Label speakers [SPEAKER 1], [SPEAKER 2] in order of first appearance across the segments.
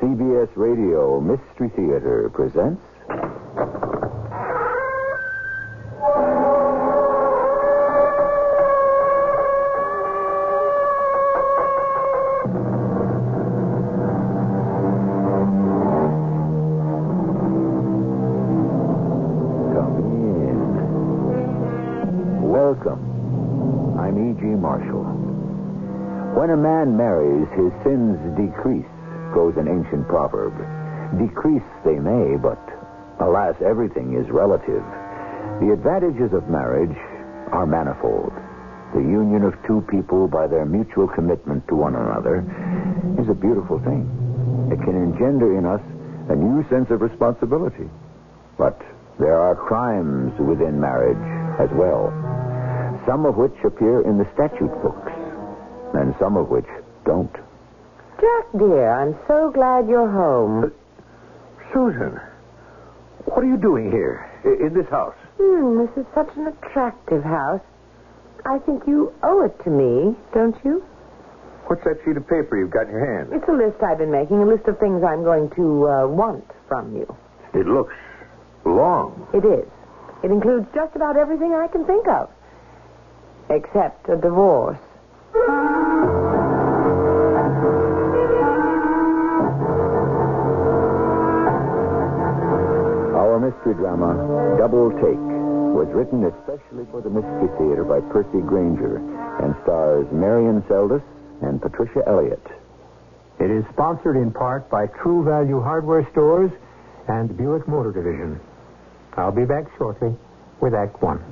[SPEAKER 1] CBS Radio Mystery Theater presents. Come in. Welcome. I'm E.G. Marshall. When a man marries, his sins decrease, goes an ancient proverb. Decrease they may, but alas, everything is relative. The advantages of marriage are manifold. The union of two people by their mutual commitment to one another is a beautiful thing. It can engender in us a new sense of responsibility. But there are crimes within marriage as well, some of which appear in the statute books, and some of which don't.
[SPEAKER 2] Jack, dear, I'm so glad you're
[SPEAKER 3] Uh,
[SPEAKER 2] home.
[SPEAKER 3] Susan, what are you doing here i- in this house?
[SPEAKER 2] Hmm, this is such an attractive house. I think you owe it to me, don't you?
[SPEAKER 3] What's that sheet of paper you've got in your hand?
[SPEAKER 2] It's a list I've been making, a list of things I'm going to uh, want from you.
[SPEAKER 3] It looks long.
[SPEAKER 2] It is. It includes just about everything I can think of, except a divorce.
[SPEAKER 1] Our mystery drama, Double Take, was written especially for the Mystery Theater by Percy Granger and stars Marion Seldes and Patricia Elliott.
[SPEAKER 4] It is sponsored in part by True Value Hardware Stores and Buick Motor Division. I'll be back shortly with Act One.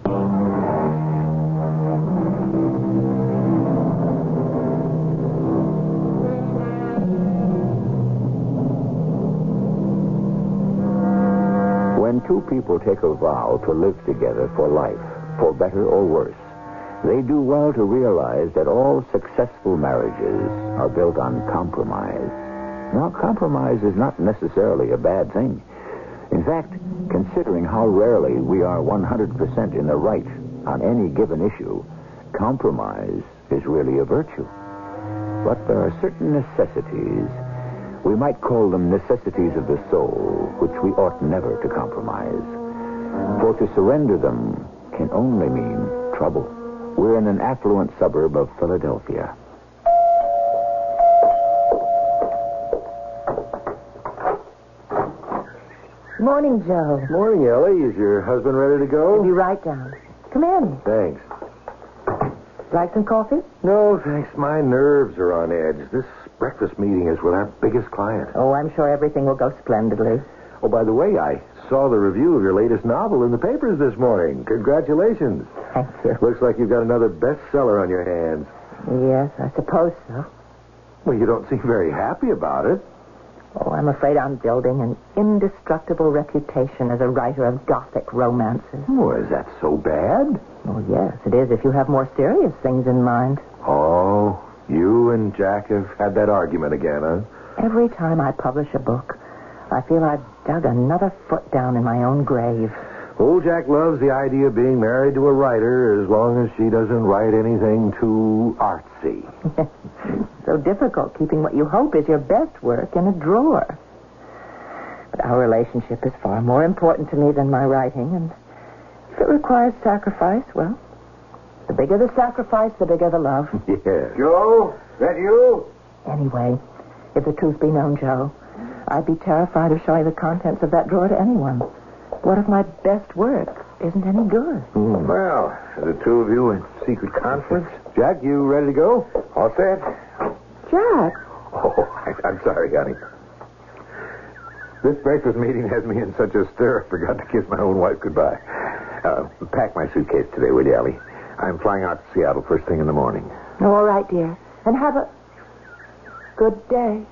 [SPEAKER 1] When two people take a vow to live together for life, for better or worse, they do well to realize that all successful marriages are built on compromise. Now, compromise is not necessarily a bad thing. In fact, considering how rarely we are 100% in the right on any given issue, compromise is really a virtue. But there are certain necessities. We might call them necessities of the soul, which we ought never to compromise. For to surrender them can only mean trouble. We're in an affluent suburb of Philadelphia.
[SPEAKER 2] Morning, Joe.
[SPEAKER 3] Morning, Ellie. Is your husband ready to
[SPEAKER 2] You'll
[SPEAKER 3] go?
[SPEAKER 2] be right down. Come in.
[SPEAKER 3] Thanks.
[SPEAKER 2] Like some coffee?
[SPEAKER 3] No, thanks. My nerves are on edge. This breakfast meeting is with our biggest client.
[SPEAKER 2] Oh, I'm sure everything will go splendidly.
[SPEAKER 3] Oh, by the way, I saw the review of your latest novel in the papers this morning. Congratulations.
[SPEAKER 2] Thank you.
[SPEAKER 3] Looks like you've got another bestseller on your hands.
[SPEAKER 2] Yes, I suppose so.
[SPEAKER 3] Well, you don't seem very happy about it.
[SPEAKER 2] Oh, I'm afraid I'm building an indestructible reputation as a writer of gothic romances.
[SPEAKER 3] Oh, is that so bad?
[SPEAKER 2] Oh, yes, it is if you have more serious things in mind.
[SPEAKER 3] Oh, you and Jack have had that argument again, huh?
[SPEAKER 2] Every time I publish a book, I feel I've dug another foot down in my own grave.
[SPEAKER 3] Old Jack loves the idea of being married to a writer as long as she doesn't write anything too artsy.
[SPEAKER 2] So difficult keeping what you hope is your best work in a drawer. But our relationship is far more important to me than my writing, and if it requires sacrifice, well, the bigger the sacrifice, the bigger the love.
[SPEAKER 3] Yeah. Joe, that you?
[SPEAKER 2] Anyway, if the truth be known, Joe, I'd be terrified of showing the contents of that drawer to anyone. What if my best work isn't any good?
[SPEAKER 3] Hmm. Well, the two of you in secret conference. Jack, you ready to go? All set.
[SPEAKER 2] Jack,
[SPEAKER 3] Oh, I, I'm sorry, honey. This breakfast meeting has me in such a stir, I forgot to kiss my own wife goodbye. Uh, pack my suitcase today, will you, Ellie? I'm flying out to Seattle first thing in the morning.
[SPEAKER 2] Oh, all right, dear. And have a good day.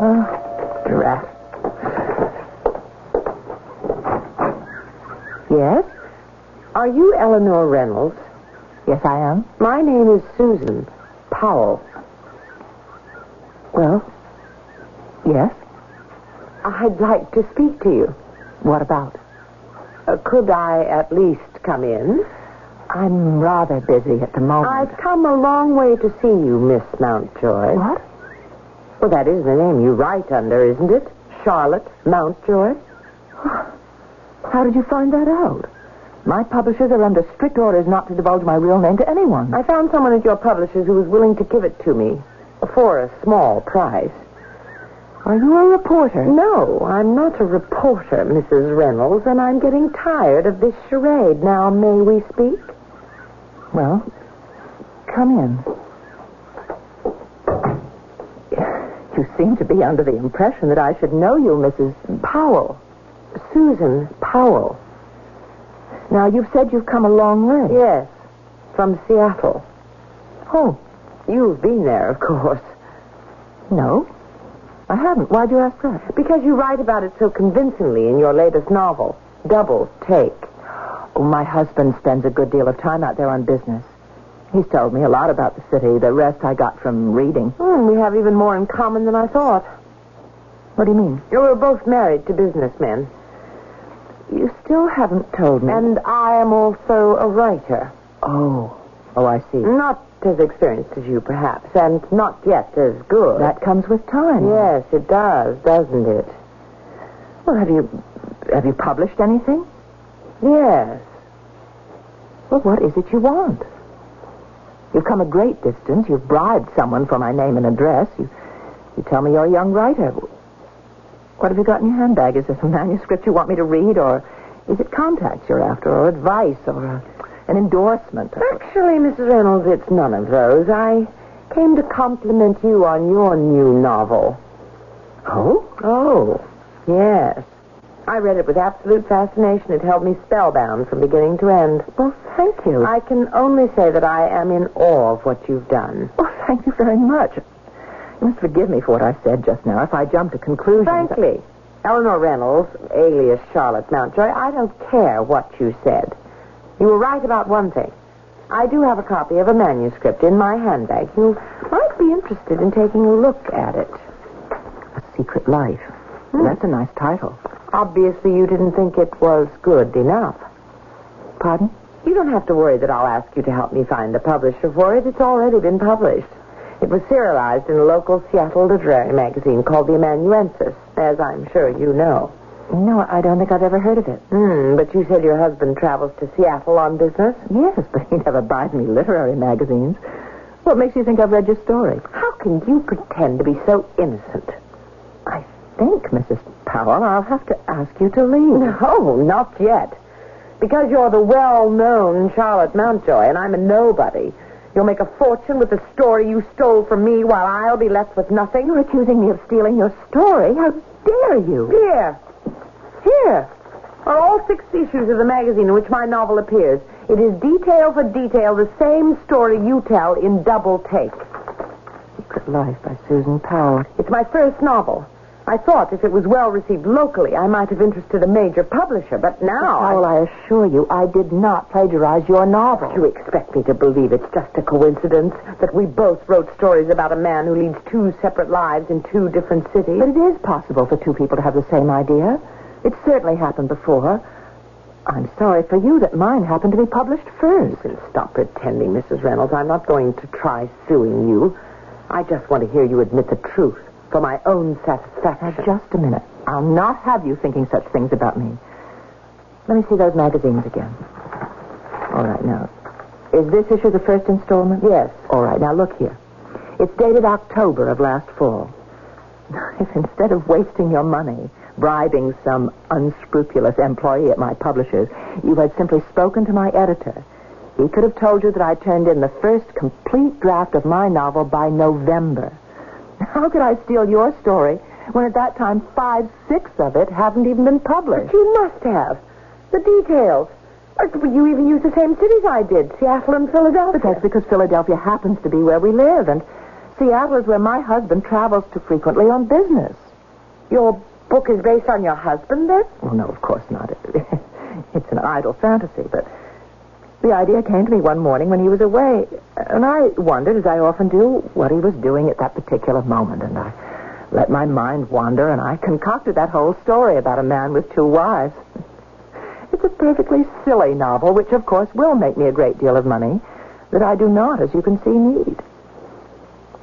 [SPEAKER 2] Oh, brat. Yes? Are you Eleanor Reynolds? Yes, I am. My name is Susan Powell. Well, yes? I'd like to speak to you. What about? Uh, could I at least come in?
[SPEAKER 3] I'm rather busy at the moment.
[SPEAKER 2] I've come a long way to see you, Miss Mountjoy.
[SPEAKER 3] What?
[SPEAKER 2] Well, that is the name you write under, isn't it? Charlotte Mountjoy?
[SPEAKER 3] Oh, How did you find that out? My publishers are under strict orders not to divulge my real name to anyone.
[SPEAKER 2] I found someone at your publisher's who was willing to give it to me for a small price.
[SPEAKER 3] Are you a reporter?
[SPEAKER 2] No, I'm not a reporter, Mrs. Reynolds, and I'm getting tired of this charade. Now, may we speak?
[SPEAKER 3] Well, come in. You seem to be under the impression that I should know you, Mrs. Powell.
[SPEAKER 2] Susan Powell.
[SPEAKER 3] Now, you've said you've come a long way.
[SPEAKER 2] Yes, from Seattle.
[SPEAKER 3] Oh,
[SPEAKER 2] You've been there, of course,
[SPEAKER 3] no. I haven't. Why'd you ask that?
[SPEAKER 2] because you write about it so convincingly in your latest novel, Double Take.
[SPEAKER 3] Oh, my husband spends a good deal of time out there on business. He's told me a lot about the city. The rest I got from reading.
[SPEAKER 2] Hmm, we have even more in common than I thought.
[SPEAKER 3] What do you mean?
[SPEAKER 2] You were both married to businessmen,
[SPEAKER 3] You still haven't told me.
[SPEAKER 2] and I am also a writer.
[SPEAKER 3] oh, oh, I see.
[SPEAKER 2] Not as experienced as you, perhaps, and not yet as good.
[SPEAKER 3] That comes with time.
[SPEAKER 2] Yes, it does, doesn't it?
[SPEAKER 3] Well, have you have you published anything?
[SPEAKER 2] Yes.
[SPEAKER 3] Well, what is it you want? You've come a great distance. You've bribed someone for my name and address. You you tell me you're a young writer. What have you got in your handbag? Is this a manuscript you want me to read, or is it contacts you're after, or advice, or uh, an endorsement? Or...
[SPEAKER 2] Actually, Mrs. Reynolds, it's none of those. I came to compliment you on your new novel.
[SPEAKER 3] Oh,
[SPEAKER 2] Oh, yes. I read it with absolute fascination. It held me spellbound from beginning to end.
[SPEAKER 3] well, thank you.
[SPEAKER 2] I can only say that I am in awe of what you've done.
[SPEAKER 3] Well, Oh, thank you very much. You must forgive me for what I said just now. If I jumped to conclusions,
[SPEAKER 2] Frankly, Eleanor Reynolds, alias Charlotte Mountjoy, I don't care what you said. You were right about one thing. I do have a copy of a manuscript in my handbag. You might be interested in taking a look at it.
[SPEAKER 3] a secret life. That's a nice title.
[SPEAKER 2] Hmm. Obviously, you didn't think it was good enough.
[SPEAKER 3] Pardon?
[SPEAKER 2] You don't have to worry that I'll ask you to help me find the publisher for it. It's already been published. It was serialized in a local Seattle literary magazine called The Amanuensis, as I'm sure you know.
[SPEAKER 3] No, I don't think I've ever heard of it.
[SPEAKER 2] Hmm, but you said your husband travels to Seattle on business?
[SPEAKER 3] Yes, but he never buys me literary magazines. What makes you think I've read your story?
[SPEAKER 2] How can you pretend to be so innocent?
[SPEAKER 3] I think, Mrs. Powell, I'll have to ask you to leave.
[SPEAKER 2] No, not yet. Because you're the well-known Charlotte Mountjoy, and I'm a nobody. You'll make a fortune with the story you stole from me while I'll be left with nothing.
[SPEAKER 3] You're accusing me of stealing your story. How dare you?
[SPEAKER 2] Here. Here are all six issues of the magazine in which my novel appears. It is detail for detail the same story you tell in double take.
[SPEAKER 3] Secret Life by Susan Powell.
[SPEAKER 2] It's my first novel. I thought if it was well received locally, I might have interested a major publisher, but now. I-
[SPEAKER 3] Powell, I assure you, I did not plagiarize your novel.
[SPEAKER 2] You expect me to believe it's just a coincidence that we both wrote stories about a man who leads two separate lives in two different cities?
[SPEAKER 3] But it is possible for two people to have the same idea. It certainly happened before. I'm sorry for you that mine happened to be published first.
[SPEAKER 2] Listen, stop pretending, Mrs. Reynolds. I'm not going to try suing you. I just want to hear you admit the truth for my own
[SPEAKER 3] Now,
[SPEAKER 2] satisfaction.
[SPEAKER 3] just a minute. I'll not have you thinking such things about me. Let me see those magazines again. All right, now. Is this issue the first installment?
[SPEAKER 2] Yes.
[SPEAKER 3] All right, now look here. It's dated October of last fall. If instead of wasting your money bribing some unscrupulous employee at my publisher's, you had simply spoken to my editor, he could have told you that I turned in the first complete draft of my novel by November. How could I steal your story when at that time five sixths of it haven't even been published?
[SPEAKER 2] You must have. The details. Or You even use the same cities I did, Seattle and Philadelphia.
[SPEAKER 3] But that's because Philadelphia happens to be where we live, and Seattle is where my husband travels to frequently on business.
[SPEAKER 2] Your book is based on your husband, then?
[SPEAKER 3] Well, no, of course not. It, it's an idle fantasy, but the idea came to me one morning when he was away, and I wondered, as I often do, what he was doing at that particular moment, and I let my mind wander, and I concocted that whole story about a man with two wives. It's it's a perfectly silly novel, which of course will make me a great deal of money, that I do not, as you can see, need.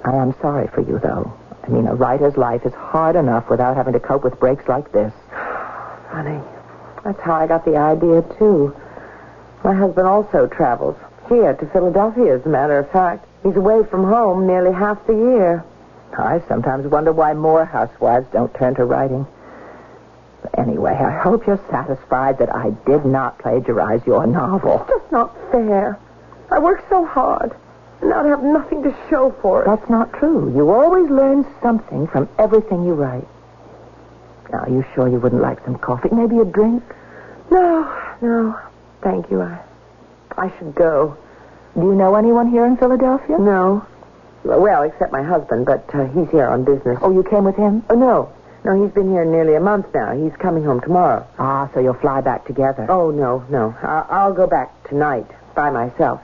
[SPEAKER 3] I am sorry for you, though. I mean, a writer's life is hard enough without having to cope with breaks like this.
[SPEAKER 2] Funny. That's how I got the idea, too. My husband also travels. Here to Philadelphia, as a matter of fact. He's away from home nearly half the year.
[SPEAKER 3] I sometimes wonder why more housewives don't turn to writing. But anyway, I hope you're satisfied that I did not plagiarize your novel.
[SPEAKER 2] It's just not fair. I worked so hard, and now to have nothing to show for it.
[SPEAKER 3] That's not true. You always learn something from everything you write. Now, are you sure you wouldn't like some coffee? Maybe a drink?
[SPEAKER 2] No, no. Thank you. I, I should go.
[SPEAKER 3] Do you know anyone here in Philadelphia?
[SPEAKER 2] No. Well, except my husband, but uh, he's here on business.
[SPEAKER 3] Oh, you came with him?
[SPEAKER 2] Oh, no. No, he's been here nearly a month now. He's coming home tomorrow.
[SPEAKER 3] Ah, so you'll fly back together.
[SPEAKER 2] Oh, no, no. I- I'll go back tonight by myself.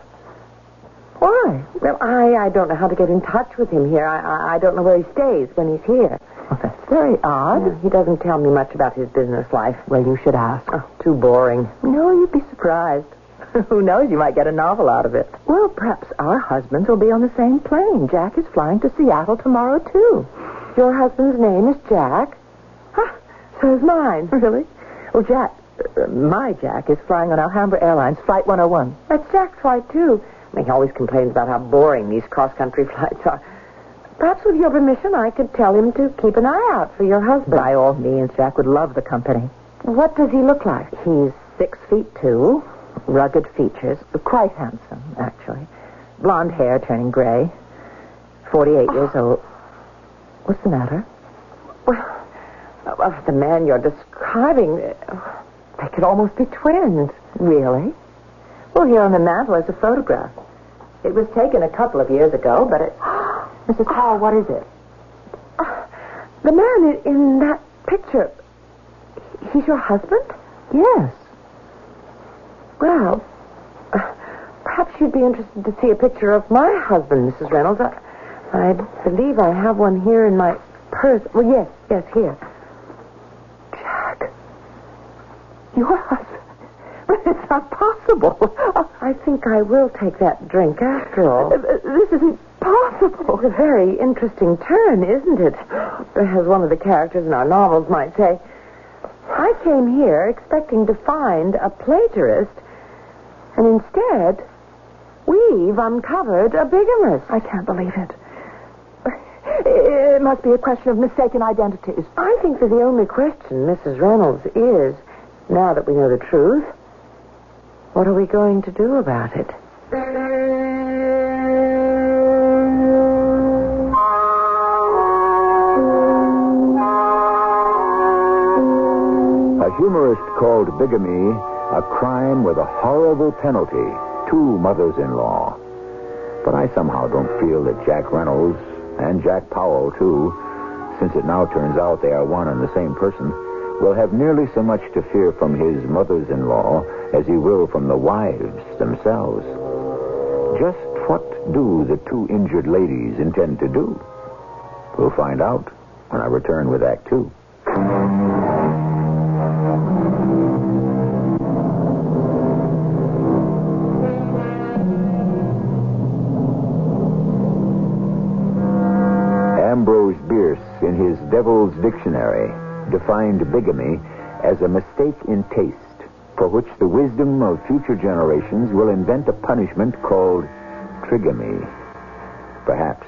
[SPEAKER 3] why?
[SPEAKER 2] Well, I, I don't know how to get in touch with him here. I, I, I don't know where he stays when he's here.
[SPEAKER 3] Well, that's very odd.
[SPEAKER 2] Yeah, he doesn't tell me much about his business life.
[SPEAKER 3] Well, you should ask.
[SPEAKER 2] Oh, too boring.
[SPEAKER 3] No, you'd be surprised. Who knows? You might get a novel out of it. Well, perhaps our husbands will be on the same plane. Jack is flying to Seattle tomorrow, too.
[SPEAKER 2] Your husband's name is Jack.
[SPEAKER 3] Huh, so is mine. Really? Oh, Jack, uh, my Jack is flying on Alhambra Airlines Flight 101.
[SPEAKER 2] That's Jack's flight, too. I mean, he always complains about how boring these cross-country flights are. Perhaps with your permission, I could tell him to keep an eye out for your husband.
[SPEAKER 3] By all means, Jack would love the company.
[SPEAKER 2] What does he look like?
[SPEAKER 3] He's six feet two, rugged features, quite handsome, actually. Blonde hair turning gray, 48
[SPEAKER 2] Ah.
[SPEAKER 3] years old. What's the matter?
[SPEAKER 2] Well, of the man you're describing, they could almost be twins.
[SPEAKER 3] Really?
[SPEAKER 2] Well, here on the mantel is a photograph. It was taken a couple of years ago, but it.
[SPEAKER 3] Mrs. Hall, what is it?
[SPEAKER 2] The man in, in that picture, he's your husband?
[SPEAKER 3] Yes.
[SPEAKER 2] Well, uh, perhaps you'd be interested to see a picture of my husband, Mrs. Reynolds. I, I believe I have one here in my purse. Well, yes, yes, here.
[SPEAKER 3] Jack. Your husband. But it's not possible.
[SPEAKER 2] I think I will take that drink after all.
[SPEAKER 3] Uh, This isn't possible.
[SPEAKER 2] It's a very interesting turn, isn't it? As one of the characters in our novels might say, I came here expecting to find a plagiarist, and instead, we've uncovered a bigamist.
[SPEAKER 3] I can't believe it. It must be a question of mistaken identities.
[SPEAKER 2] I think that the only question, Mrs. Reynolds, is now that we know the truth, what are we going to do about it?
[SPEAKER 1] A humorist called bigamy a crime with a horrible penalty, two mothers in law. But I somehow don't feel that Jack Reynolds and Jack Powell, too, since it now turns out they are one and the same person, will have nearly so much to fear from his mothers in law as he will from the wives themselves. Just what do the two injured ladies intend to do? We'll find out when I return with Act Two. Ambrose Bierce, in his Devil's Dictionary, defined bigamy as a mistake in taste for which the wisdom of future generations will invent a punishment called trigamy. Perhaps.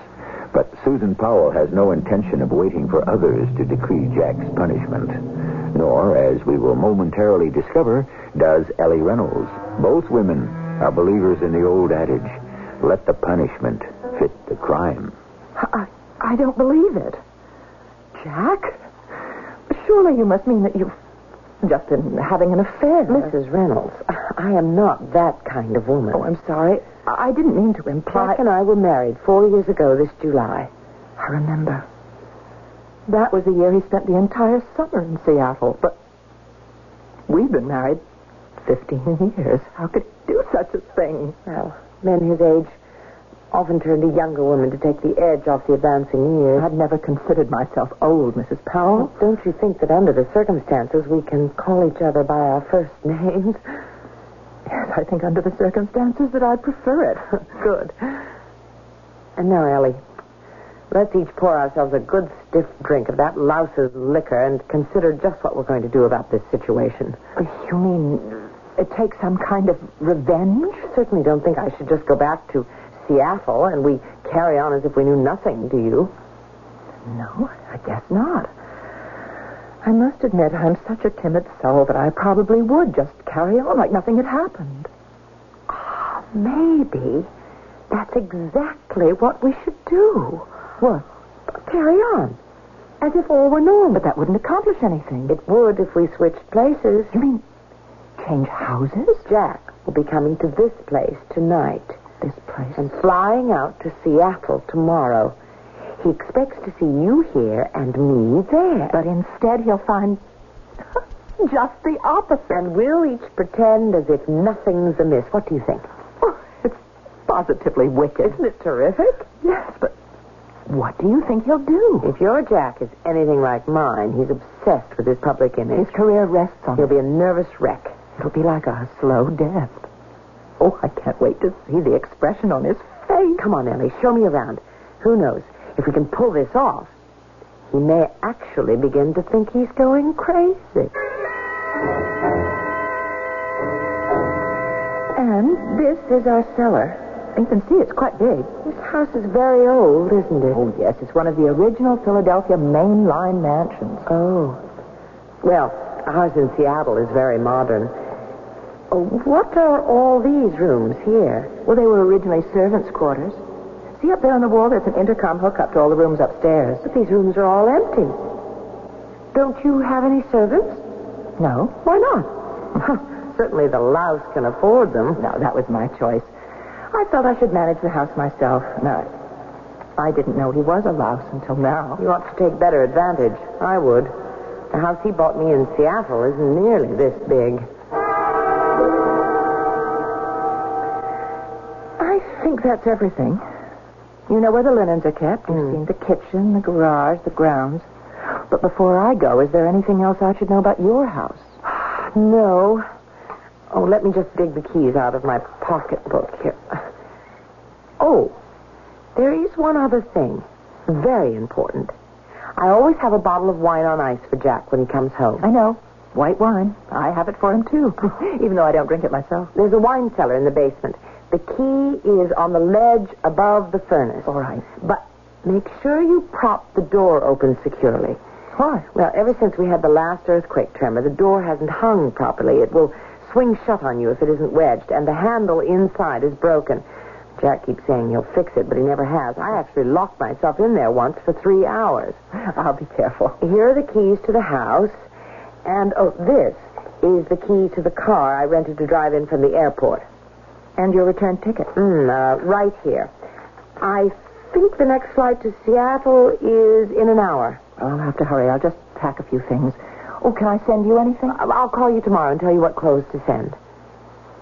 [SPEAKER 1] But Susan Powell has no intention of waiting for others to decree Jack's punishment. Nor, as we will momentarily discover, does Ellie Reynolds. Both women are believers in the old adage let the punishment fit the crime.
[SPEAKER 3] I, I don't believe it. Jack? Surely you must mean that you've just been having an affair.
[SPEAKER 2] Mrs. Reynolds, I am not that kind of woman.
[SPEAKER 3] Oh, I'm sorry. I I didn't mean to imply.
[SPEAKER 2] Jack and I were married four years ago this July.
[SPEAKER 3] I remember. That was the year he spent the entire summer in Seattle. But we've been married 15 years. How could he do such a thing?
[SPEAKER 2] Well, men his age often turned a younger woman to take the edge off the advancing years.
[SPEAKER 3] I'd never considered myself old, Mrs. Powell.
[SPEAKER 2] Don't you think that under the circumstances we can call each other by our first names?
[SPEAKER 3] Yes, I think under the circumstances that I prefer it.
[SPEAKER 2] Good. And now, Ellie, let's each pour ourselves a good stiff drink of that louse's liquor and consider just what we're going to do about this situation.
[SPEAKER 3] you mean it takes some kind of revenge?
[SPEAKER 2] Certainly don't think I should just go back to Seattle and we carry on as if we knew nothing, do you?
[SPEAKER 3] No, I guess not. I must admit, I'm such a timid soul that I probably would just carry on like nothing had happened. Ah,
[SPEAKER 2] Maybe. That's exactly what we should do.
[SPEAKER 3] What?
[SPEAKER 2] Carry on. As if all were normal.
[SPEAKER 3] But that wouldn't accomplish anything.
[SPEAKER 2] It would if we switched places.
[SPEAKER 3] You mean change houses?
[SPEAKER 2] Jack will be coming to this place tonight
[SPEAKER 3] This place.
[SPEAKER 2] and flying out to Seattle tomorrow. He expects to see you here and me there.
[SPEAKER 3] But instead, he'll find just the opposite.
[SPEAKER 2] and we'll each pretend as if nothing's amiss. What do you think?
[SPEAKER 3] Oh, it's positively wicked.
[SPEAKER 2] Isn't it terrific?
[SPEAKER 3] Yes, but what do you think he'll do?
[SPEAKER 2] If your Jack is anything like mine, he's obsessed with his public image.
[SPEAKER 3] His career rests on
[SPEAKER 2] He'll
[SPEAKER 3] it.
[SPEAKER 2] be a nervous wreck.
[SPEAKER 3] It'll be like a slow death. Oh, I can't wait to see the expression on his
[SPEAKER 2] Hey, come on, Ellie, show me around. Who knows? If we can pull this off, he may actually begin to think he's going crazy.
[SPEAKER 3] And this is our cellar. You can see it's quite big.
[SPEAKER 2] This house is very old, isn't it?
[SPEAKER 3] Oh, yes, it's one of the original Philadelphia main line mansions.
[SPEAKER 2] Oh. Well, ours in Seattle is very modern. Oh, what are all these rooms here?
[SPEAKER 3] Well, they were originally servants' quarters. See up there on the wall, there's an intercom hookup to all the rooms upstairs.
[SPEAKER 2] But these rooms are all empty. Don't you have any servants?
[SPEAKER 3] No?
[SPEAKER 2] Why not? Certainly the louse can afford them.
[SPEAKER 3] No, that was my choice. I felt I should manage the house myself. No, I didn't know he was a louse until now.
[SPEAKER 2] You ought to take better advantage. I would. The house he bought me in Seattle isn't nearly this big.
[SPEAKER 3] I think that's everything. You know where the linens are kept. You've
[SPEAKER 2] Hmm.
[SPEAKER 3] seen the kitchen, the garage, the grounds. But before I go, is there anything else I should know about your house?
[SPEAKER 2] No. Oh, let me just dig the keys out of my pocketbook here. Oh, there is one other thing. Very important. I always have a bottle of wine on ice for Jack when he comes home.
[SPEAKER 3] I know. White wine. I have it for him, too, even though I don't drink it myself.
[SPEAKER 2] There's a wine cellar in the basement. The key is on the ledge above the furnace.
[SPEAKER 3] All right.
[SPEAKER 2] But make sure you prop the door open securely.
[SPEAKER 3] Why?
[SPEAKER 2] Well, ever since we had the last earthquake tremor, the door hasn't hung properly. It will swing shut on you if it isn't wedged, and the handle inside is broken. Jack keeps saying he'll fix it, but he never has. I actually locked myself in there once for three hours.
[SPEAKER 3] I'll be careful.
[SPEAKER 2] Here are the keys to the house, and oh, this is the key to the car I rented to drive in from the airport.
[SPEAKER 3] And your return ticket.
[SPEAKER 2] Mm, uh, right here. I think the next flight to Seattle is in an hour.
[SPEAKER 3] I'll have to hurry. I'll just pack a few things. Oh, can I send you anything?
[SPEAKER 2] I'll Uh, I'll call you tomorrow and tell you what clothes to send.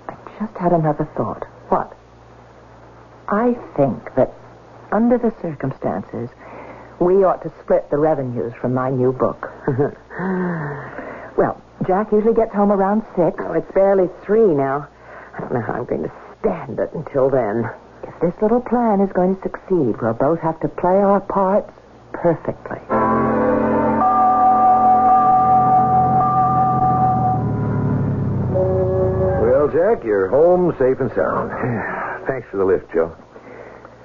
[SPEAKER 3] I just had another thought.
[SPEAKER 2] What?
[SPEAKER 3] I think that under the circumstances, we ought to split the revenues from my new book. well, Jack usually gets home around six.
[SPEAKER 2] Oh, it's barely three now. I don't know how I'm going to stand it until then.
[SPEAKER 3] If this little plan is going to succeed, we'll both have to play our parts perfectly.
[SPEAKER 5] Well, Jack, you're home safe and sound. Thanks for the lift, Joe.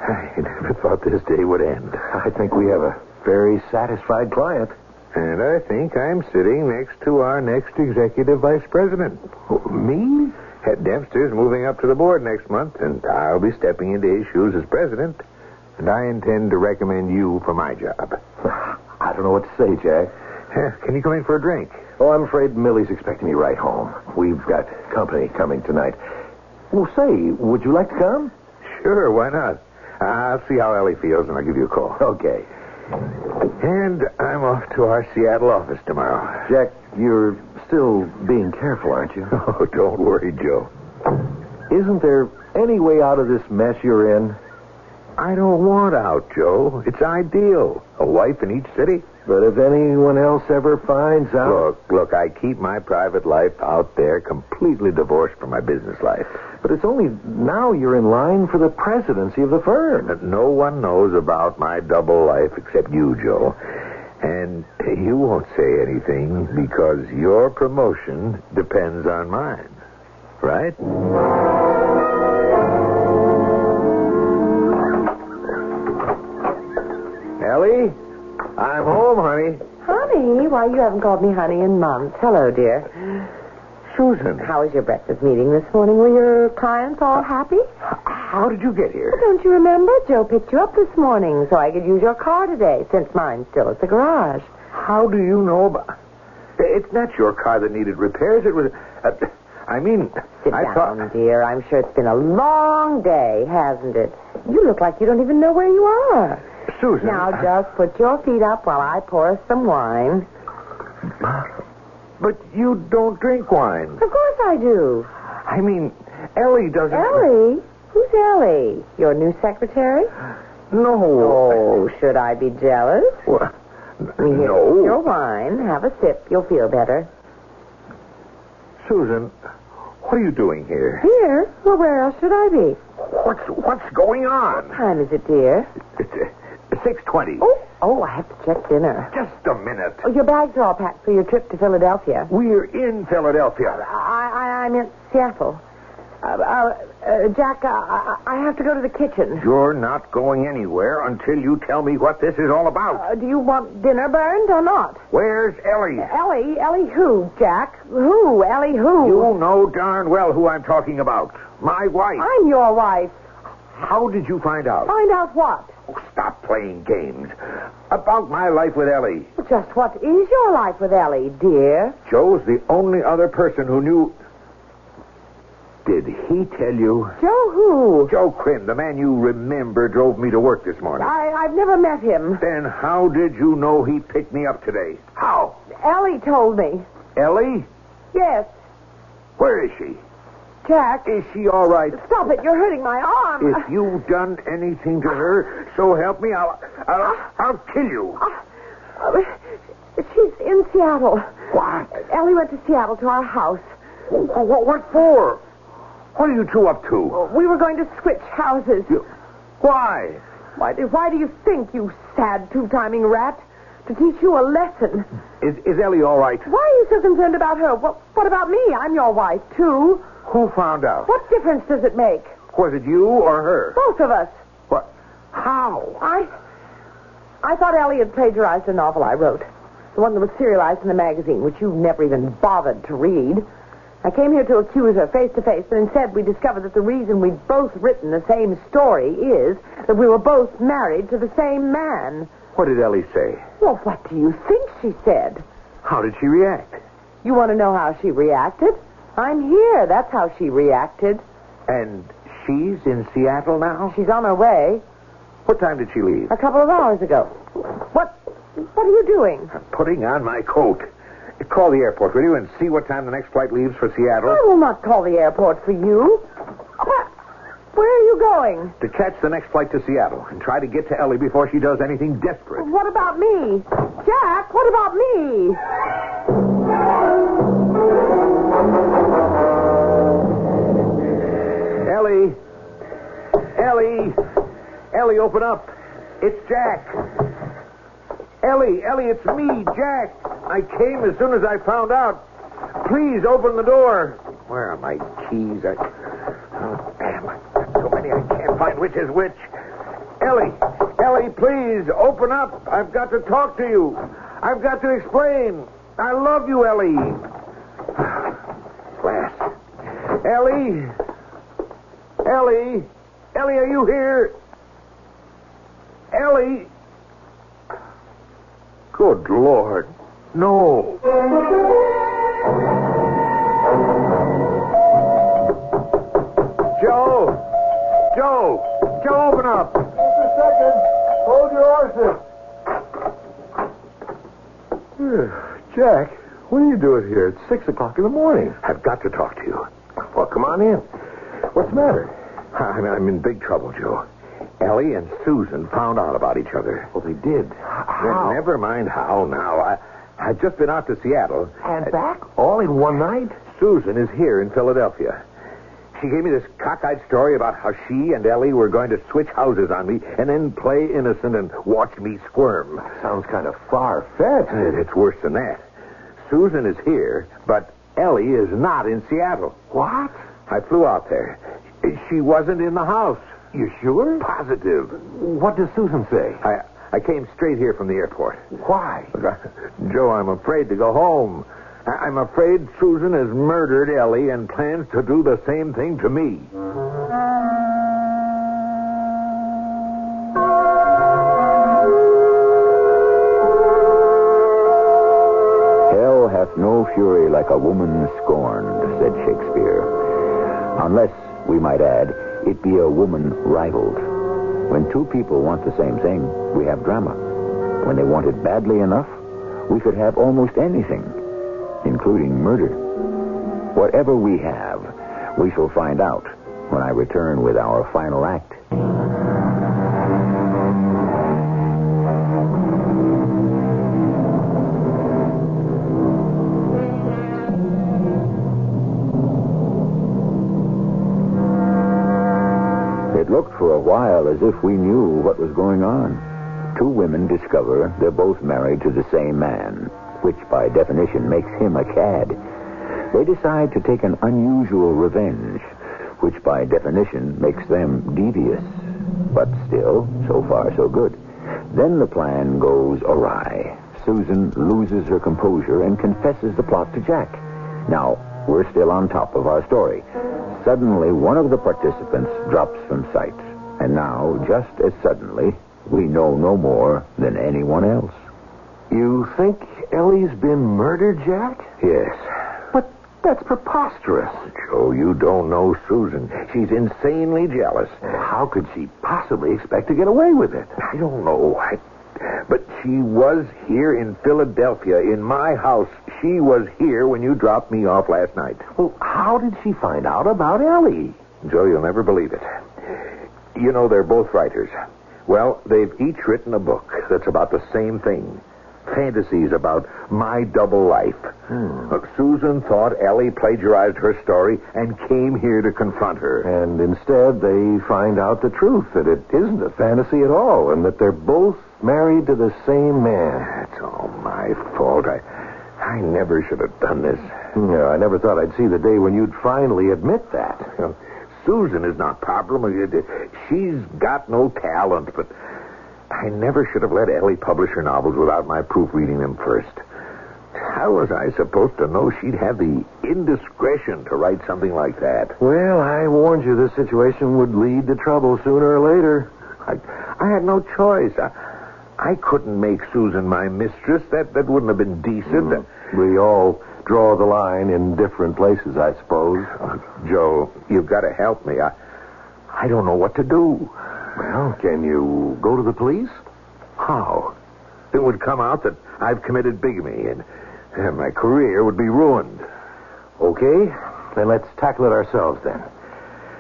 [SPEAKER 5] I never thought this day would end. I think we have a very satisfied client. And I think I'm sitting next to our next executive vice president.
[SPEAKER 1] Oh,
[SPEAKER 5] Me? Ed Dempster's moving up to the board next month, and I'll be stepping into his shoes as president. And I intend to recommend you for my job.
[SPEAKER 1] I don't know what to say, Jack.
[SPEAKER 5] Can you come in for a drink?
[SPEAKER 1] Oh, I'm afraid Millie's expecting me right home. We've got company coming tonight. Well, say, would you like to come?
[SPEAKER 5] Sure, why not? I'll see how Ellie feels, and I'll give you a call.
[SPEAKER 1] Okay.
[SPEAKER 5] And I'm off to our Seattle office tomorrow.
[SPEAKER 1] Jack, you're still being careful, aren't you?
[SPEAKER 5] Oh, don't worry, Joe.
[SPEAKER 1] Isn't there any way out of this mess you're in?
[SPEAKER 5] I don't want out, Joe. It's ideal. A wife in each city.
[SPEAKER 1] But if anyone else ever finds out.
[SPEAKER 5] Look, look, I keep my private life out there completely divorced from my business life.
[SPEAKER 1] But it's only now you're in line for the presidency of the firm.
[SPEAKER 5] But no one knows about my double life except you, Joe. And you won't say anything because your promotion depends on mine. Right? Ellie? I'm home, honey.
[SPEAKER 2] Honey? Why, you haven't called me honey in months. Hello, dear.
[SPEAKER 5] Susan,
[SPEAKER 2] How was your breakfast meeting this morning? Were your clients all happy?
[SPEAKER 5] how did you get here?
[SPEAKER 2] Don't you remember? Joe picked you up this morning so I could use your car today, since mine's still at the garage.
[SPEAKER 5] How do you know about... It's not your car that needed repairs. It was... Uh, I mean,
[SPEAKER 2] Sit
[SPEAKER 5] I
[SPEAKER 2] down,
[SPEAKER 5] thought...
[SPEAKER 2] dear. I'm sure it's been a long day, hasn't it? You look like you don't even know where you are.
[SPEAKER 5] Susan... uh,
[SPEAKER 2] Now, just put your feet up while I pour us some wine.
[SPEAKER 5] But you don't drink wine.
[SPEAKER 2] Of course I do.
[SPEAKER 5] I mean, Ellie doesn't...
[SPEAKER 2] Ellie? Who's Ellie? Your new secretary?
[SPEAKER 5] No.
[SPEAKER 2] Oh, should I be jealous?
[SPEAKER 5] Well,
[SPEAKER 2] Here's
[SPEAKER 5] no.
[SPEAKER 2] Your wine. Have a sip. You'll feel better.
[SPEAKER 5] Susan, what are you doing here?
[SPEAKER 2] Here? Well, where else should I be?
[SPEAKER 5] What's what's going on?
[SPEAKER 2] Time is it, dear?
[SPEAKER 5] It's uh, six twenty.
[SPEAKER 2] Oh, oh, I have to check dinner.
[SPEAKER 5] Just a minute.
[SPEAKER 2] Oh, your bags are all packed for your trip to Philadelphia.
[SPEAKER 5] We're in Philadelphia.
[SPEAKER 2] I, I, I'm in Seattle. Uh, uh, uh, Jack, uh, I, I have to go to the kitchen.
[SPEAKER 5] You're not going anywhere until you tell me what this is all about.
[SPEAKER 2] Uh, do you want dinner burned or not?
[SPEAKER 5] Where's Ellie?
[SPEAKER 2] Ellie, Ellie who, Jack? Who, Ellie who?
[SPEAKER 5] You know darn well who I'm talking about. My wife.
[SPEAKER 2] I'm your wife.
[SPEAKER 5] How did you find out?
[SPEAKER 2] Find out what?
[SPEAKER 5] Oh, stop playing games. About my life with Ellie.
[SPEAKER 2] Just what is your life with Ellie, dear?
[SPEAKER 5] Joe's the only other person who knew. Did he tell you?
[SPEAKER 2] Joe who?
[SPEAKER 5] Joe Quinn, the man you remember, drove me to work this morning.
[SPEAKER 2] I, I've never met him.
[SPEAKER 5] Then how did you know he picked me up today? How?
[SPEAKER 2] Ellie told me.
[SPEAKER 5] Ellie?
[SPEAKER 2] Yes,
[SPEAKER 5] Where is she?
[SPEAKER 2] Jack.
[SPEAKER 5] Is she all right?
[SPEAKER 2] Stop it. You're hurting my arm.
[SPEAKER 5] If you've done anything to her, so help me, I'll I'll, I'll kill you.
[SPEAKER 2] Uh, she's in Seattle.
[SPEAKER 5] What?
[SPEAKER 2] Ellie went to Seattle to our house.
[SPEAKER 5] What, what for? What are you two up to?
[SPEAKER 2] We were going to switch houses.
[SPEAKER 5] Why?
[SPEAKER 2] Why, do- why do you think, you sad two-timing rat? To teach you a lesson.
[SPEAKER 5] Is, is Ellie all right?
[SPEAKER 2] Why are you so concerned about her? What, what about me? I'm your wife, too.
[SPEAKER 5] Who found out?
[SPEAKER 2] What difference does it make?
[SPEAKER 5] Was it you or her?
[SPEAKER 2] Both of us.
[SPEAKER 5] What? How?
[SPEAKER 2] I. I thought Ellie had plagiarized a novel I wrote, the one that was serialized in the magazine, which you never even bothered to read. I came here to accuse her face to face, but instead we discovered that the reason we'd both written the same story is that we were both married to the same man.
[SPEAKER 5] What did Ellie say?
[SPEAKER 2] Well, what do you think she said?
[SPEAKER 5] How did she react?
[SPEAKER 2] You want to know how she reacted? I'm here. That's how she reacted.
[SPEAKER 5] And she's in Seattle now?
[SPEAKER 2] She's on her way
[SPEAKER 5] What time did she leave?
[SPEAKER 2] a couple of hours ago. What? What are you doing?
[SPEAKER 5] Putting on my coat. Call the airport, will you, and see what time the next flight leaves for
[SPEAKER 2] I
[SPEAKER 5] Seattle
[SPEAKER 2] will not call the airport for you. What? Where are you going?
[SPEAKER 5] to catch the next flight to Seattle and try to get to Ellie before she does anything desperate.
[SPEAKER 2] What about me? Jack, what about me?
[SPEAKER 5] Ellie! Ellie! Ellie, open up. It's Jack. Ellie, Ellie, it's me, Jack. I came as soon as I found out. Please open the door. Where are my keys? I. Oh, damn. So many I can't find which is which. Ellie, Ellie, please open up. I've got to talk to you. I've got to explain. I love you, Ellie. Glass. Ellie. Ellie. Ellie, are you here? Ellie. Good Lord. No. Joe. Joe. Joe, open up.
[SPEAKER 4] Just a second. Hold your horses.
[SPEAKER 5] Jack, what are you doing here at 6 o'clock in the morning? I've got to talk to you. Well, come on in. What's the matter? I'm, I'm in big trouble, Joe. Ellie and Susan found out about each other.
[SPEAKER 1] Well, they did.
[SPEAKER 5] Then never mind how now. I, I've just been out to Seattle.
[SPEAKER 1] And back? All in one night?
[SPEAKER 5] Susan is here in Philadelphia. She gave me this cockeyed story about how she and Ellie were going to switch houses on me and then play innocent and watch me squirm.
[SPEAKER 1] Sounds kind of far-fetched.
[SPEAKER 5] It's worse than that. Susan is here, but Ellie is not in Seattle.
[SPEAKER 1] What?
[SPEAKER 5] I flew out there. She wasn't in the house.
[SPEAKER 1] You sure?
[SPEAKER 5] Positive.
[SPEAKER 1] What does Susan say?
[SPEAKER 5] I I came straight here from the airport.
[SPEAKER 1] Why?
[SPEAKER 5] Joe, I'm afraid to go home. I- I'm afraid Susan has murdered Ellie and plans to do the same thing to me.
[SPEAKER 1] Hell hath no fury like a woman scorned, said Shakespeare. Unless, we might add, it be a woman rivaled. When two people want the same thing, we have drama. When they want it badly enough, we could have almost anything, including murder. Whatever we have, we shall find out when I return with our final act. It looked for a while as if we knew what was going on. Two women discover they're both married to the same man, which by definition makes him a cad. They decide to take an unusual revenge, which by definition makes them devious. But still, so far so good. Then the plan goes awry. Susan loses her composure and confesses the plot to Jack. Now, we're still on top of our story. Suddenly, one of the participants drops from sight. And now, just as suddenly, we know no more than anyone else.
[SPEAKER 5] You think Ellie's been murdered, Jack? Yes. But that's preposterous. Joe, you don't know Susan. She's insanely jealous. How could she possibly expect to get away with it? I don't know. I... But she was here in Philadelphia, in my house. She was here when you dropped me off last night. Well, how did she find out about Ellie? Joe, you'll never believe it. You know, they're both writers. Well, they've each written a book that's about the same thing fantasies about my double life.
[SPEAKER 1] Hmm.
[SPEAKER 5] Look, Susan thought Ellie plagiarized her story and came here to confront her.
[SPEAKER 1] And instead, they find out the truth that it isn't a fantasy at all, and that they're both married to the same man.
[SPEAKER 5] It's all my fault. I, I never should have done this.
[SPEAKER 1] You know, I never thought I'd see the day when you'd finally admit that.
[SPEAKER 5] You know, Susan is not problem. Uh, She's got no talent, but I never should have let Ellie publish her novels without my proofreading them first. How was I supposed to know she'd have the indiscretion to write something like that?
[SPEAKER 1] Well, I warned you this situation would lead to trouble sooner or later.
[SPEAKER 5] I, I had no choice. I, I couldn't make Susan my mistress. That that wouldn't have been decent.
[SPEAKER 1] Mm. We all draw the line in different places, I suppose.
[SPEAKER 5] Uh, Joe, you've got to help me. I, I don't know what to do.
[SPEAKER 1] Well, can you go to the police?
[SPEAKER 5] How? It would come out that I've committed bigamy, and, and my career would be ruined.
[SPEAKER 1] Okay, then let's tackle it ourselves then.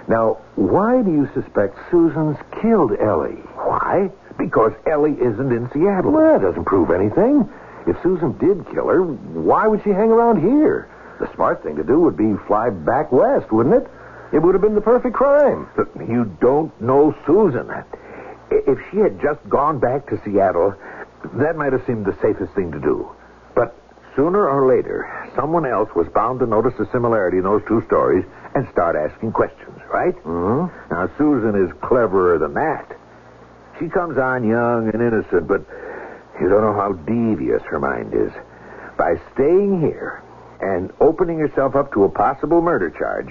[SPEAKER 1] Now, why do you suspect Susan's killed Ellie?
[SPEAKER 5] Why? Because Ellie isn't in Seattle.
[SPEAKER 1] Well, that doesn't prove anything. If Susan did kill her, why would she hang around here? The smart thing to do would be fly back west, wouldn't it? It would have been the perfect crime.
[SPEAKER 5] But you don't know Susan. I- If she had just gone back to Seattle, that might have seemed the safest thing to do. But sooner or later, someone else was bound to notice the similarity in those two stories and start asking questions, right? Mm-hmm. Now, Susan is cleverer than that. She comes on young and innocent, but you don't know how devious her mind is. By staying here and opening herself up to a possible murder charge,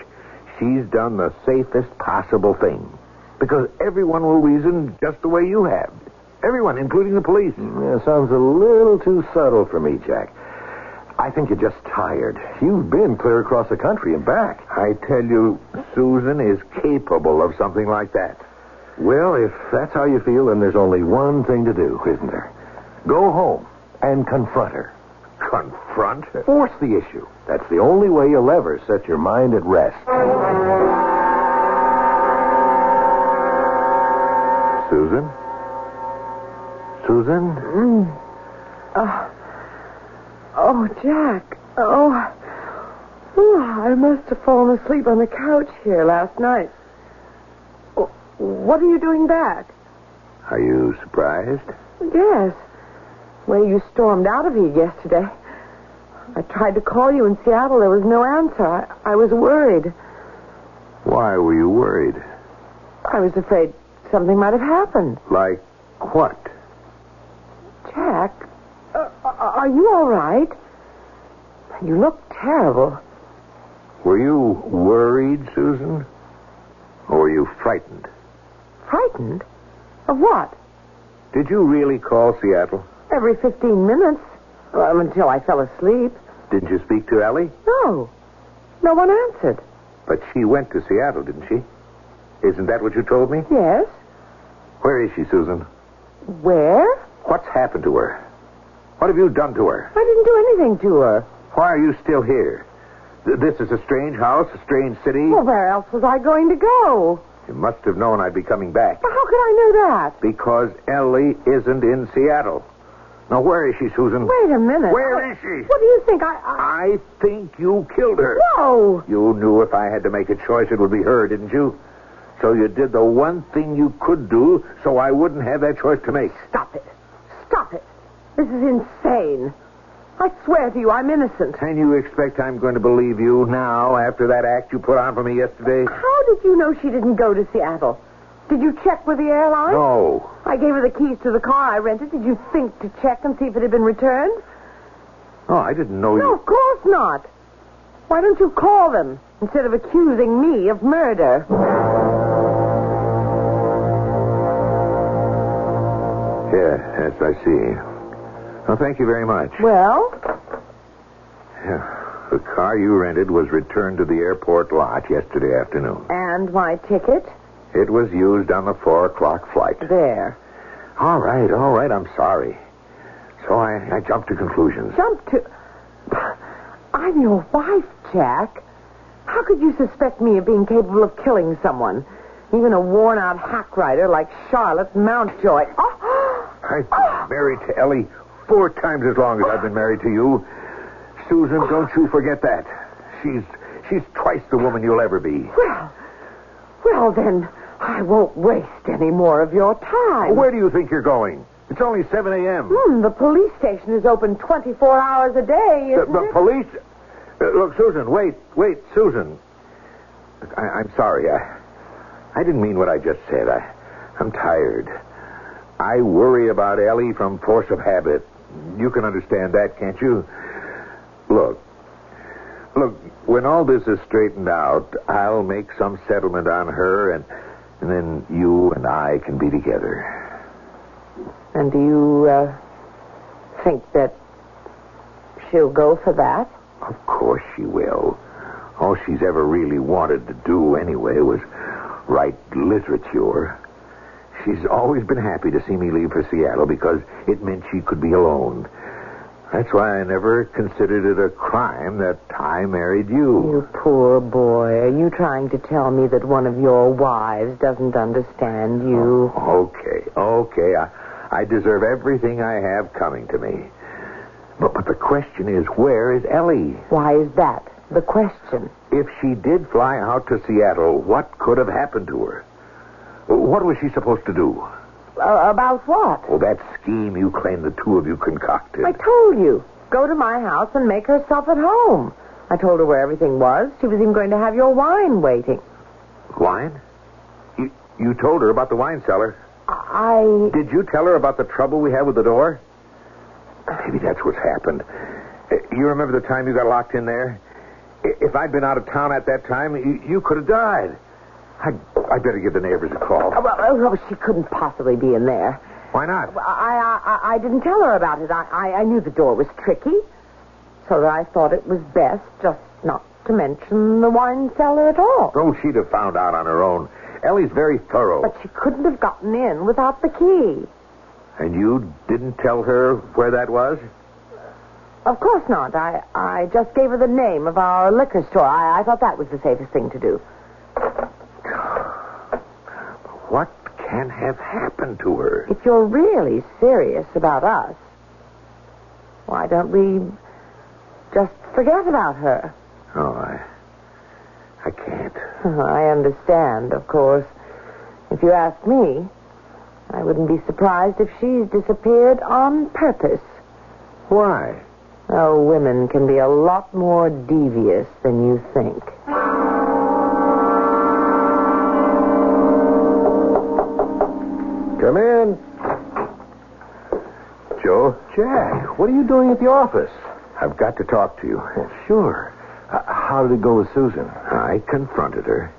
[SPEAKER 5] she's done the safest possible thing. Because everyone will reason just the way you have. Everyone, including the police.
[SPEAKER 1] Yeah, Mm, sounds a little too subtle for me, Jack. I think you're just tired. You've been clear across the country and back.
[SPEAKER 5] I tell you, Susan is capable of something like that.
[SPEAKER 1] Well, if that's how you feel, then there's only one thing to do, isn't there? Go home and confront her.
[SPEAKER 5] Confront her.
[SPEAKER 1] Force the issue. That's the only way you'll ever set your mind at rest.
[SPEAKER 5] Susan.
[SPEAKER 2] Oh, Jack. Oh. Oh, I must have fallen asleep on the couch here last night. Oh, What are you doing back?
[SPEAKER 5] Are you surprised?
[SPEAKER 2] Yes. Well, you stormed out of here yesterday. I tried to call you in Seattle. There was no answer. I, I was worried.
[SPEAKER 5] Why were you worried?
[SPEAKER 2] I was afraid something might have happened.
[SPEAKER 5] Like what?
[SPEAKER 2] Jack, uh, are you all right? You look terrible.
[SPEAKER 5] Were you worried, Susan? Or were you frightened?
[SPEAKER 2] Frightened? Of what?
[SPEAKER 5] Did you really call Seattle?
[SPEAKER 2] Every 15 minutes. Well, Um, until I fell asleep.
[SPEAKER 5] Didn't you speak to Ellie?
[SPEAKER 2] No. No one answered.
[SPEAKER 5] But she went to Seattle, didn't she? Isn't that what you told me?
[SPEAKER 2] Yes.
[SPEAKER 5] Where is she, Susan?
[SPEAKER 2] Where?
[SPEAKER 5] What's happened to her? What have you done to her?
[SPEAKER 2] I didn't do anything to her.
[SPEAKER 5] Why are you still here? Th- This is a strange house, a strange city.
[SPEAKER 2] Well, where else was I going to go?
[SPEAKER 5] You must have known I'd be coming back.
[SPEAKER 2] But how could I know that?
[SPEAKER 5] Because Ellie isn't in Seattle. Now, where is she, Susan?
[SPEAKER 2] Wait a minute.
[SPEAKER 5] Where is she?
[SPEAKER 2] What do you think? I. I...
[SPEAKER 5] I think you killed her.
[SPEAKER 2] No!
[SPEAKER 5] You knew if I had to make a choice, it would be her, didn't you? So you did the one thing you could do so I wouldn't have that choice to make.
[SPEAKER 2] Stop it. Stop it. This is insane. I swear to you, I'm innocent.
[SPEAKER 5] Can you expect I'm going to believe you now after that act you put on for me yesterday?
[SPEAKER 2] How did you know she didn't go to Seattle? Did you check with the airline?
[SPEAKER 5] No.
[SPEAKER 2] I gave her the keys to the car I rented. Did you think to check and see if it had been returned?
[SPEAKER 5] No, Oh, I didn't know
[SPEAKER 2] No,
[SPEAKER 5] you.
[SPEAKER 2] of course not. Why don't you call them instead of accusing me of murder?
[SPEAKER 5] Yeah, yes, I see. Well, thank you very much.
[SPEAKER 2] Well,
[SPEAKER 5] Yeah. The car you rented was returned to the airport lot yesterday afternoon.
[SPEAKER 2] and my ticket?
[SPEAKER 5] It was used on the four o'clock flight.
[SPEAKER 2] There.
[SPEAKER 5] All right, all right, I'm sorry. So I, I jumped to conclusions.
[SPEAKER 2] Jump to. I'm your wife, Jack. How could you suspect me of being capable of killing someone? Even a worn out hack rider like Charlotte Mountjoy. Oh,
[SPEAKER 5] I've been married to Ellie four times as long as I've been married to you. Susan, don't you forget that. She's she's twice the woman you'll ever be.
[SPEAKER 2] well, well then, I won't waste any more of your time.
[SPEAKER 5] Where do you think you're going? It's only 7 a.m.
[SPEAKER 2] Hmm, the police station is open 24 hours a day,
[SPEAKER 5] The,
[SPEAKER 2] isn't
[SPEAKER 5] the
[SPEAKER 2] it?
[SPEAKER 5] police. Uh, look, Susan, wait, wait, Susan. Look, I, I'm sorry. I, I didn't mean what I just said. I, I'm tired. I worry about Ellie from force of habit. You can understand that, can't you? Look, look. When all this is straightened out, I'll make some settlement on her, and and then you and I can be together.
[SPEAKER 2] And do you uh, think that she'll go for that?
[SPEAKER 5] Of course she will. All she's ever really wanted to do, anyway, was write literature. She's always been happy to see me leave for Seattle because it meant she could be alone. That's why I never considered it a crime that I married you.
[SPEAKER 2] You poor boy. Are you trying to tell me that one of your wives doesn't understand you?
[SPEAKER 5] Okay, okay. I, I deserve everything I have coming to me. But, but the question is, where is Ellie?
[SPEAKER 2] Why is that the question?
[SPEAKER 5] If she did fly out to Seattle, what could have happened to her? What was she supposed to do?
[SPEAKER 2] Uh, about what?
[SPEAKER 5] Oh, that scheme you claim the two of you concocted.
[SPEAKER 2] I told you. Go to my house and make herself at home. I told her where everything was. She was even going to have your wine waiting.
[SPEAKER 5] Wine? You, you told her about the wine cellar.
[SPEAKER 2] I.
[SPEAKER 5] Did you tell her about the trouble we had with the door? Maybe that's what's happened. Uh, You remember the time you got locked in there? I- If I'd been out of town at that time, you, you could have died. I, I better give the neighbors a call.
[SPEAKER 2] Oh, well, oh, oh, she couldn't possibly be in there.
[SPEAKER 5] Why not?
[SPEAKER 2] I, I, I- I didn't tell her about it. I, I, I knew the door was tricky, so that I thought it was best just not to mention the wine cellar at all.
[SPEAKER 5] Oh, she'd have found out on her own. Ellie's very thorough.
[SPEAKER 2] But she couldn't have gotten in without the key.
[SPEAKER 5] And you didn't tell her where that was?
[SPEAKER 2] Of course not. I, I just gave her the name of our liquor store. I, I thought that was the safest thing to do.
[SPEAKER 5] What can have happened to her?
[SPEAKER 2] If you're really serious about us, why don't we just forget about her?
[SPEAKER 5] Oh, I. I can't.
[SPEAKER 2] I understand, of course. If you ask me, I wouldn't be surprised if she's disappeared on purpose.
[SPEAKER 5] Why?
[SPEAKER 2] Oh, women can be a lot more devious than you think.
[SPEAKER 5] Come in. Joe? Jack, what are you doing at the office? I've got to talk to you. sure. Uh, how did it go with Susan? I confronted her.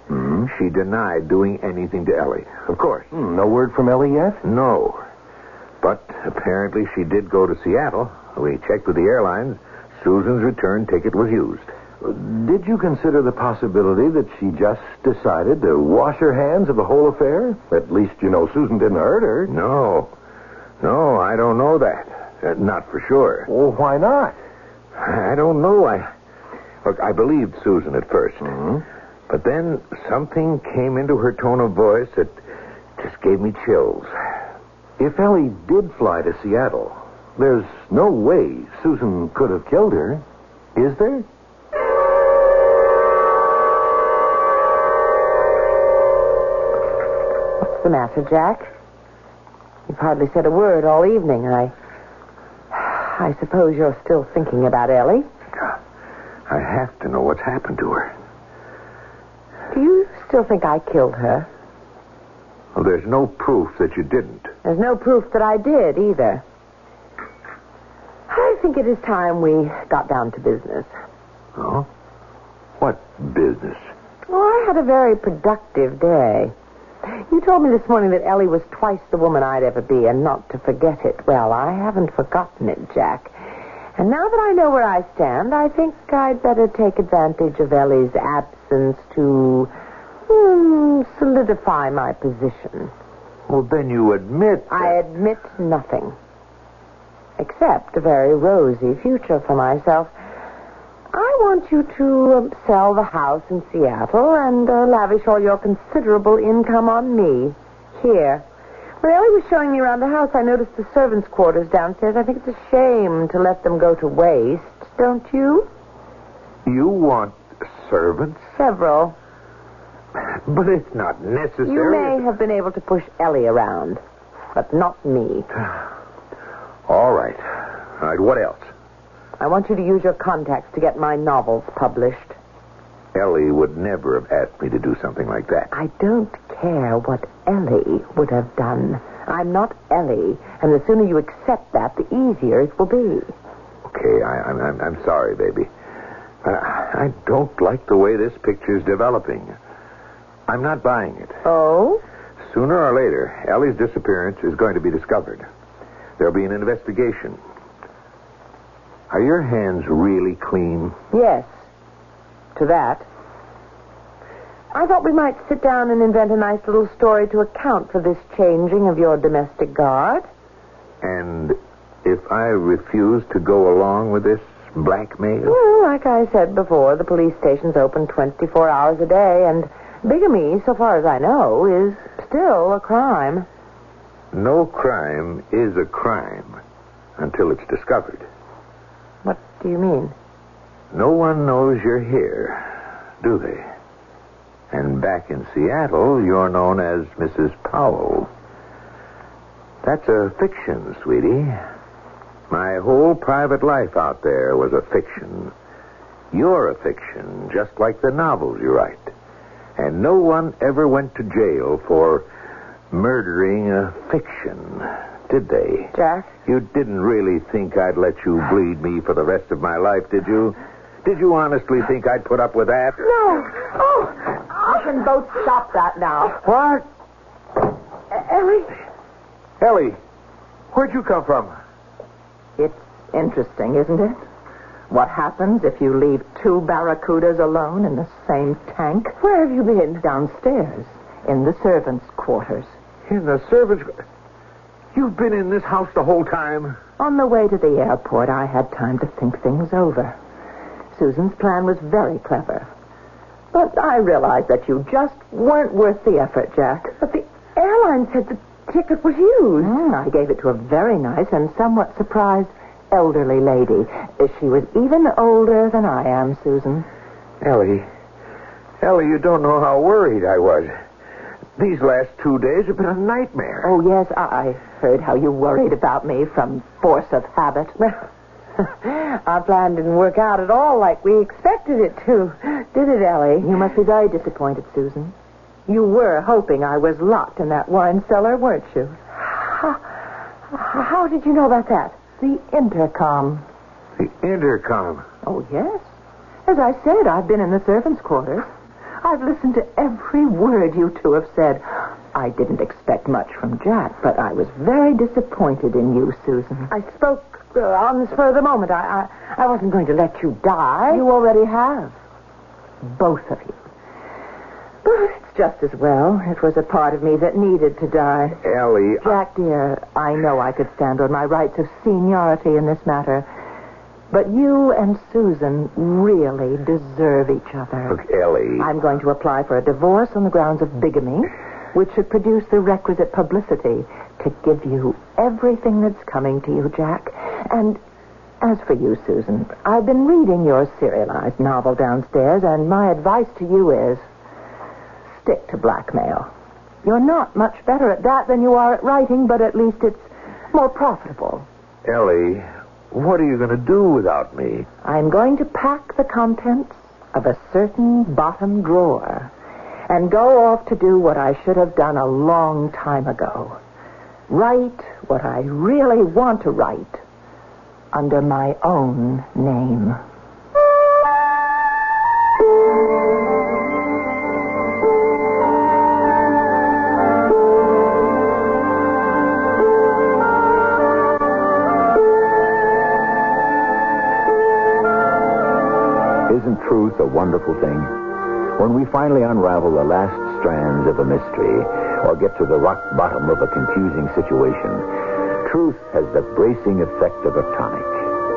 [SPEAKER 5] She denied doing anything to Ellie. Of course. Hmm, no word from Ellie yet? No. But apparently she did go to Seattle. We checked with the airlines. Susan's return ticket was used. Did you consider the possibility that she just decided to wash her hands of the whole affair? At least you know Susan didn't hurt her. No. No, I don't know that. Uh, not for sure. Well, why not? I don't know. I look. I believed Susan at 1st but then something came into her tone of voice that just gave me chills. If Ellie did fly to Seattle, there's no way Susan could have killed her, is there?
[SPEAKER 2] What's the matter, Jack? You've hardly said a word all evening, and I. I suppose you're still thinking about Ellie.
[SPEAKER 5] I have to know what's happened to her.
[SPEAKER 2] Do you still think I killed her?
[SPEAKER 5] Well, there's no proof that you didn't.
[SPEAKER 2] There's no proof that I did either. I think it is time we got down to business.
[SPEAKER 5] Oh? What business?
[SPEAKER 2] Well, Oh, I had a very productive day. You told me this morning that Ellie was twice the woman I'd ever be and not to forget it. Well, I haven't forgotten it, Jack. And now that I know where I stand, I think I'd better take advantage of Ellie's absence to hmm, solidify my position.
[SPEAKER 5] Well, then you admit.
[SPEAKER 2] I admit nothing. Except a very rosy future for myself. I want you to um, sell the house in Seattle and uh, lavish all your considerable income on me. Here. When Ellie was showing me around the house, I noticed the servants' quarters downstairs. I think it's a shame to let them go to waste, don't you?
[SPEAKER 5] You want servants?
[SPEAKER 2] Several.
[SPEAKER 5] But it's not necessary.
[SPEAKER 2] You may have been able to push Ellie around, but not me.
[SPEAKER 5] All right. All right, what else?
[SPEAKER 2] I want you to use your contacts to get my novels published.
[SPEAKER 5] Ellie would never have asked me to do something like that.
[SPEAKER 2] I don't care what Ellie would have done. I'm not Ellie, and the sooner you accept that, the easier it will be.
[SPEAKER 5] Okay, I, I'm, I'm, I'm sorry, baby. I, I don't like the way this picture's developing. I'm not buying it.
[SPEAKER 2] Oh?
[SPEAKER 5] Sooner or later, Ellie's disappearance is going to be discovered. There'll be an investigation. Are your hands really clean?
[SPEAKER 2] Yes. To that. I thought we might sit down and invent a nice little story to account for this changing of your domestic guard.
[SPEAKER 5] And if I refuse to go along with this blackmail?
[SPEAKER 2] Well, like I said before, the police station's open 24 hours a day, and bigamy, so far as I know, is still a crime.
[SPEAKER 5] No crime is a crime until it's discovered.
[SPEAKER 2] What do you mean?
[SPEAKER 5] No one knows you're here, do they? And back in Seattle, you're known as Mrs. Powell. That's a fiction, sweetie. My whole private life out there was a fiction. You're a fiction, just like the novels you write. And no one ever went to jail for murdering a fiction, did they?
[SPEAKER 2] Jack?
[SPEAKER 5] You didn't really think I'd let you bleed me for the rest of my life, did you? Did you honestly think I'd put up with that?
[SPEAKER 2] No. Oh, I can both stop that now.
[SPEAKER 5] What?
[SPEAKER 2] Ellie?
[SPEAKER 5] Ellie, where'd you come from?
[SPEAKER 3] It's interesting, isn't it? What happens if you leave two barracudas alone in the same tank? Where have you been? Downstairs, in the servants' quarters.
[SPEAKER 5] In the servants. You've been in this house the whole time.
[SPEAKER 3] On the way to the airport, I had time to think things over. Susan's plan was very clever. But I realized that you just weren't worth the effort, Jack.
[SPEAKER 2] But the
[SPEAKER 6] airline said the ticket was used.
[SPEAKER 2] Mm, I gave it to a very nice and somewhat surprised elderly lady. Uh, She was even older than I am, Susan.
[SPEAKER 5] Ellie. Ellie, you don't know how worried I was. These last two days have been a nightmare.
[SPEAKER 2] Oh, yes, I I heard how you worried about me from force of habit.
[SPEAKER 6] Well, our plan didn't work out at all like we expected it to, did it, Ellie?
[SPEAKER 2] You must be very disappointed, Susan. You were hoping I was locked in that wine cellar, weren't you?
[SPEAKER 6] How, how did you know about that?
[SPEAKER 2] The intercom.
[SPEAKER 5] Oh, The intercom.
[SPEAKER 2] Oh, yes. As I said, I've been in the servants' quarters. I've listened to every word you two have said. I didn't expect much from Jack, but I was very disappointed in you, Susan.
[SPEAKER 6] I spoke uh, on the spur of the moment. I, I, I wasn't going to let you die.
[SPEAKER 2] You already have. Both of you. But it's just as well. It was a part of me that needed to die.
[SPEAKER 5] Ellie. I-
[SPEAKER 2] Jack, dear, uh, I know I could stand on my rights of seniority in this matter, but you and Susan really deserve each other.
[SPEAKER 5] Look, Ellie.
[SPEAKER 2] I'm going to apply for a divorce on the grounds of bigamy, which should produce the requisite publicity to give you everything that's coming to you, Jack. And as for you, Susan, I've been reading your serialized novel downstairs, and my advice to you is stick to blackmail. You're not much better at that than you are at writing, but at least it's more profitable.
[SPEAKER 5] Ellie, what are you going to do without me?
[SPEAKER 2] I'm going to pack the contents of a certain bottom drawer and go off to do what I should have done a long time ago. Write what I really want to write under my own name.
[SPEAKER 1] Isn't truth a wonderful thing? When we finally unravel the last strands of a mystery or get to the rock bottom of a confusing situation, truth has the bracing effect of a tonic.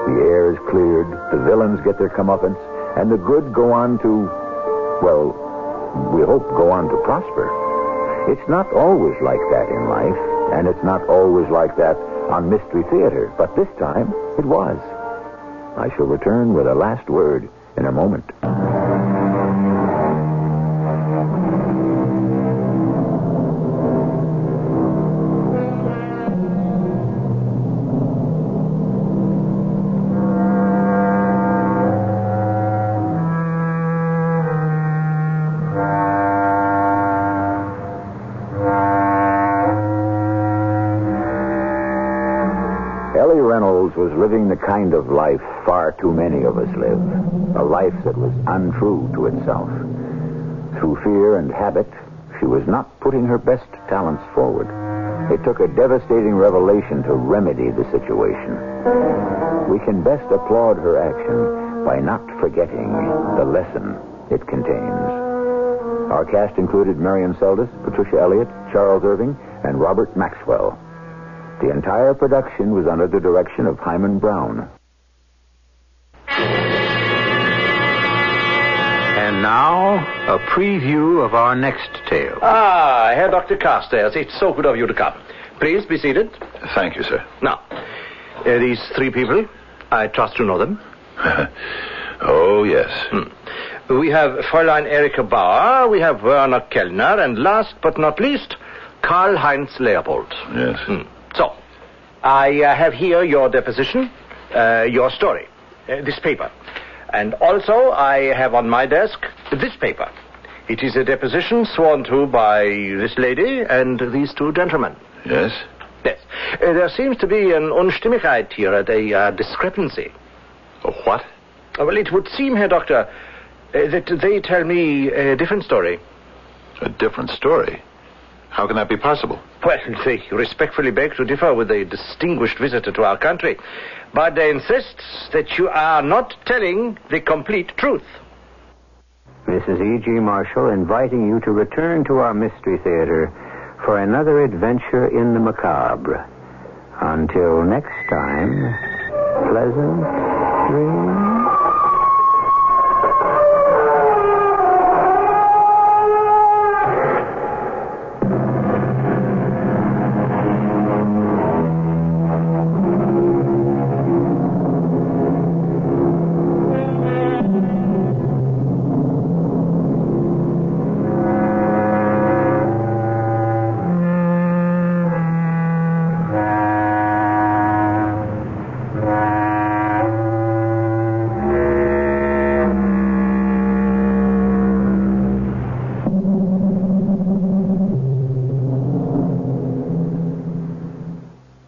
[SPEAKER 1] The air is cleared, the villains get their comeuppance, and the good go on to, well, we hope go on to prosper. It's not always like that in life, and it's not always like that on Mystery Theater, but this time it was. I shall return with a last word in a moment. Ellie Reynolds was living the kind of life far too many of us live, a life that was untrue to itself. Through fear and habit, she was not putting her best talents forward. It took a devastating revelation to remedy the situation. We can best applaud her action by not forgetting the lesson it contains. Our cast included Marion Seldes, Patricia Elliott, Charles Irving, and Robert Maxwell. The entire production was under the direction of Hyman Brown.
[SPEAKER 7] And now, a preview of our next tale.
[SPEAKER 8] Ah, Herr Dr. Carstairs, it's so good of you to come. Please be seated.
[SPEAKER 7] Thank you, sir.
[SPEAKER 8] Now, uh, these three people, I trust you know them.
[SPEAKER 7] Oh, yes.
[SPEAKER 8] We have Fräulein Erika Bauer, we have Werner Kellner, and last but not least, Karl Heinz Leopold.
[SPEAKER 7] Yes.
[SPEAKER 8] Hmm. So, I uh, have here your deposition, uh, your story, uh, this paper. And also, I have on my desk this paper. It is a deposition sworn to by this lady and these two gentlemen.
[SPEAKER 7] Yes?
[SPEAKER 8] Yes. Uh, there seems to be an unstimmigkeit here, a uh, discrepancy.
[SPEAKER 7] A what?
[SPEAKER 8] Uh, well, it would seem, Herr Doctor, uh, that they tell me a different story.
[SPEAKER 7] A different story. How can that be possible?
[SPEAKER 8] Well, they respectfully beg to differ with a distinguished visitor to our country, but they insist that you are not telling the complete truth.
[SPEAKER 1] Mrs. E.G. E Marshall inviting you to return to our Mystery Theater for another adventure in the macabre. Until next time, pleasant dreams.